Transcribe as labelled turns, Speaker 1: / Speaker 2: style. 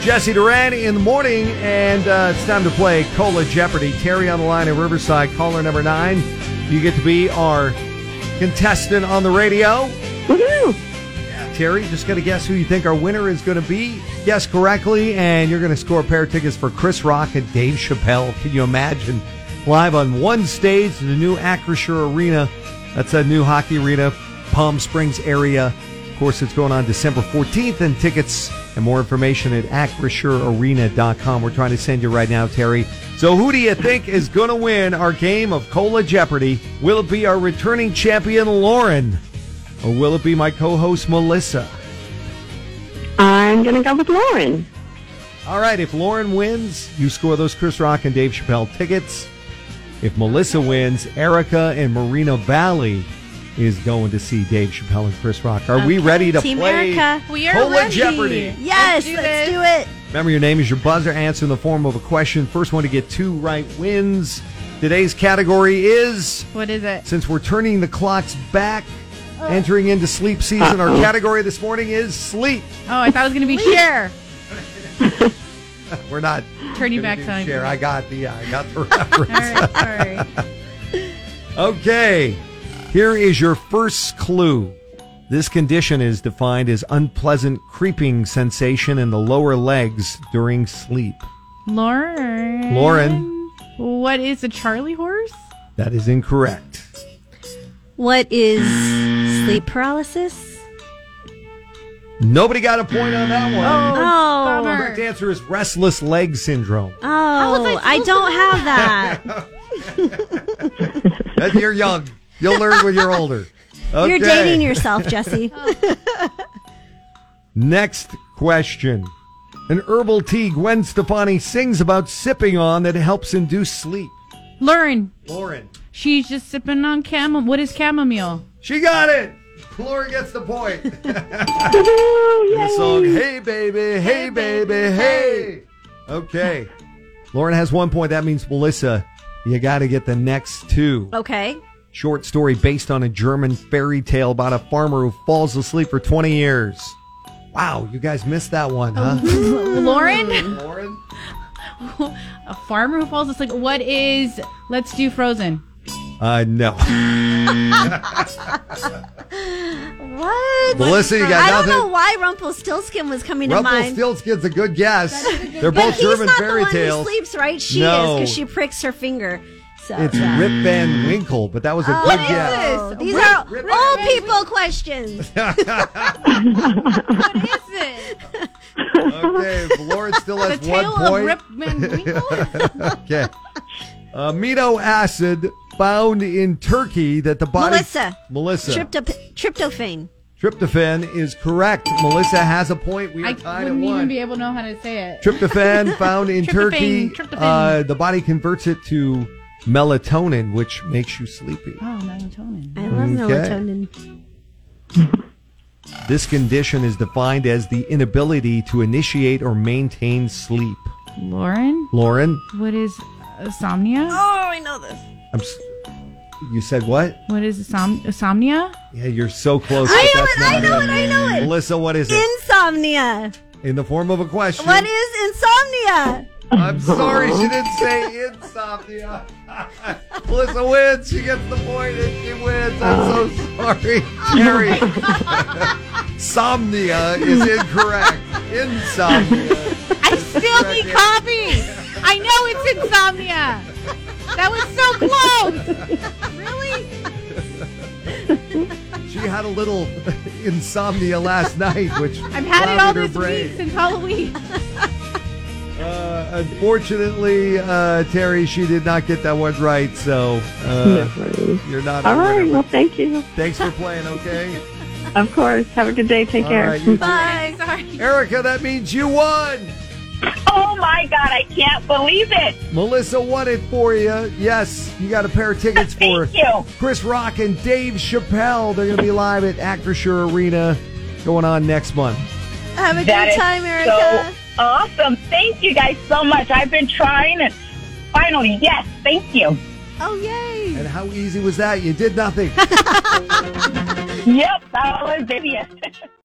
Speaker 1: Jesse Duran in the morning, and uh, it's time to play Cola Jeopardy. Terry on the line at Riverside, caller number nine. You get to be our contestant on the radio.
Speaker 2: Woohoo!
Speaker 1: Terry, just got to guess who you think our winner is going to be. Guess correctly, and you're going to score a pair of tickets for Chris Rock and Dave Chappelle. Can you imagine? Live on one stage in the new Acrisure Arena. That's a new hockey arena, Palm Springs area. Of course, it's going on December 14th, and tickets and more information at acrissurearena.com. We're trying to send you right now, Terry. So, who do you think is going to win our game of Cola Jeopardy? Will it be our returning champion, Lauren? Or will it be my co host, Melissa?
Speaker 2: I'm going to go with Lauren.
Speaker 1: All right, if Lauren wins, you score those Chris Rock and Dave Chappelle tickets. If Melissa wins, Erica and Marina Valley is going to see Dave Chappelle and Chris Rock. Are we ready to
Speaker 3: Team
Speaker 1: play
Speaker 3: Erica. We are
Speaker 1: Cola
Speaker 3: ready.
Speaker 1: Jeopardy?
Speaker 4: Yes, let's do, it.
Speaker 1: Remember, your name is your buzzer. Answer in the form of a question. First one to get two right wins. Today's category is
Speaker 3: What is it?
Speaker 1: since we're turning the clocks back,
Speaker 3: Oh.
Speaker 1: entering into sleep season. Our category this morning is sleep.
Speaker 3: Oh, I thought it was going to be share.
Speaker 1: We're not
Speaker 3: Turn you
Speaker 1: gonna
Speaker 3: back
Speaker 1: do
Speaker 3: time.
Speaker 1: Share. I got the I got the
Speaker 3: All
Speaker 1: reference.
Speaker 3: right, sorry.
Speaker 1: Okay, here is your first clue. This condition is defined as unpleasant creeping sensation in the lower legs during sleep.
Speaker 3: Lauren.
Speaker 1: Lauren.
Speaker 3: What is a Charlie horse?
Speaker 1: That is incorrect.
Speaker 4: What is sleep paralysis?
Speaker 1: Nobody got a point on that one.
Speaker 4: Oh.
Speaker 1: The correct answer is restless leg syndrome.
Speaker 4: Oh,
Speaker 3: was I
Speaker 4: I,
Speaker 3: supposed
Speaker 4: don't
Speaker 3: to know
Speaker 4: have that.
Speaker 1: That- you're young. You'll learn when you're older. Okay.
Speaker 4: You're dating yourself, Jesse.
Speaker 1: Next question. An herbal tea Gwen Stefani sings about sipping on that helps induce sleep.
Speaker 3: Lauren.
Speaker 1: Lauren.
Speaker 3: She's just sipping on chamomile. What is chamomile?
Speaker 1: She got it. Laura gets the point. the song, Hey Baby, Hey Baby, Hey. Okay. Lauren has one point. That means Melissa, you got to get the next two.
Speaker 4: okay.
Speaker 1: Short story based on a German fairy tale about a farmer who falls asleep for 20 years. Wow, you guys missed that one,
Speaker 4: Oh,
Speaker 1: huh?
Speaker 4: Mm.
Speaker 3: Lauren?
Speaker 1: Lauren?
Speaker 3: a farmer who falls asleep. What is Let's Do Frozen?
Speaker 1: Uh, no.
Speaker 4: What?
Speaker 1: Melissa, you got
Speaker 4: I don't
Speaker 1: nothing?
Speaker 4: know why Rumpelstiltskin was coming to mind.
Speaker 1: Rumpelstiltskin's a good guess. They're
Speaker 4: but
Speaker 1: both
Speaker 4: he's
Speaker 1: German
Speaker 4: not
Speaker 1: fairy
Speaker 4: the one
Speaker 1: tales.
Speaker 4: who sleeps, right? She
Speaker 1: No.
Speaker 4: is because she pricks her finger. So
Speaker 1: It's
Speaker 4: yeah.
Speaker 1: Rip Van Winkle, but that was a
Speaker 4: Oh,
Speaker 1: good guess.
Speaker 3: this?
Speaker 4: These
Speaker 3: Rip-
Speaker 4: are
Speaker 3: Rip-
Speaker 4: old
Speaker 3: Rip-
Speaker 4: people questions.
Speaker 3: What is it?
Speaker 1: Okay, Laura still
Speaker 3: the
Speaker 1: has one
Speaker 3: tail of
Speaker 1: point.
Speaker 3: Rip Van Winkle?
Speaker 1: okay. Amino acid found in turkey that the body.
Speaker 4: Melissa.
Speaker 1: Melissa.
Speaker 4: Tryptop- tryptophan.
Speaker 1: Tryptophan is correct. Melissa has a point. We are
Speaker 3: I
Speaker 1: tied at
Speaker 3: wouldn't
Speaker 1: one.
Speaker 3: even be able to know how to say it.
Speaker 1: Tryptophan found in
Speaker 3: Tryptophan,
Speaker 1: turkey.
Speaker 3: tryptophan.
Speaker 1: Uh, the body converts it to melatonin, which makes you sleepy.
Speaker 3: Oh, melatonin.
Speaker 4: I love
Speaker 1: Okay.
Speaker 4: melatonin.
Speaker 1: This condition is defined as the inability to initiate or maintain sleep.
Speaker 3: Lauren?
Speaker 1: Lauren,
Speaker 3: What is insomnia?
Speaker 4: Oh, I know this.
Speaker 1: I'm. s- You said what?
Speaker 3: What is insom- insomnia?
Speaker 1: Yeah, you're so close.
Speaker 4: I
Speaker 1: but
Speaker 4: know
Speaker 1: that's
Speaker 4: it. I
Speaker 1: not
Speaker 4: know it. I know it.
Speaker 1: Melissa, what is it?
Speaker 4: Insomnia.
Speaker 1: In the form of a question.
Speaker 4: What is insomnia?
Speaker 1: I'm sorry, she didn't say insomnia. Melissa wins. She gets the point and she wins. I'm so sorry,
Speaker 4: Oh
Speaker 1: Terry. Somnia is incorrect. Insomnia.
Speaker 3: I still need coffee. I know it's insomnia. That was so close. Really?
Speaker 1: She had a little insomnia last night, which
Speaker 3: I've had it all
Speaker 1: clouded her
Speaker 3: this
Speaker 1: brain.
Speaker 3: week since Halloween.
Speaker 1: Uh, unfortunately, uh, Terry, she did not get that one right, so uh, you're not. a
Speaker 2: All right.
Speaker 1: winner.
Speaker 2: Well, thank you.
Speaker 1: Thanks for playing. Okay.
Speaker 2: Of course. Have a good day. Take
Speaker 1: All
Speaker 2: care.
Speaker 1: right, you too.
Speaker 4: Bye.
Speaker 3: Sorry.
Speaker 1: Erica, that means you won.
Speaker 2: Oh my God! I can't believe it.
Speaker 1: Melissa won it for you. Yes, you got a pair of tickets for
Speaker 2: Thank you.
Speaker 1: Chris Rock and Dave Chappelle. They're going to be live at Acrisure Arena going on next month.
Speaker 4: Have a
Speaker 2: That
Speaker 4: good
Speaker 2: is
Speaker 4: time, Erica.
Speaker 2: so awesome. Thank you guys so much. I've been trying, and finally, yes, thank you.
Speaker 4: oh, yay.
Speaker 1: And how easy was that? You did nothing.
Speaker 2: Yep, that was Vivian.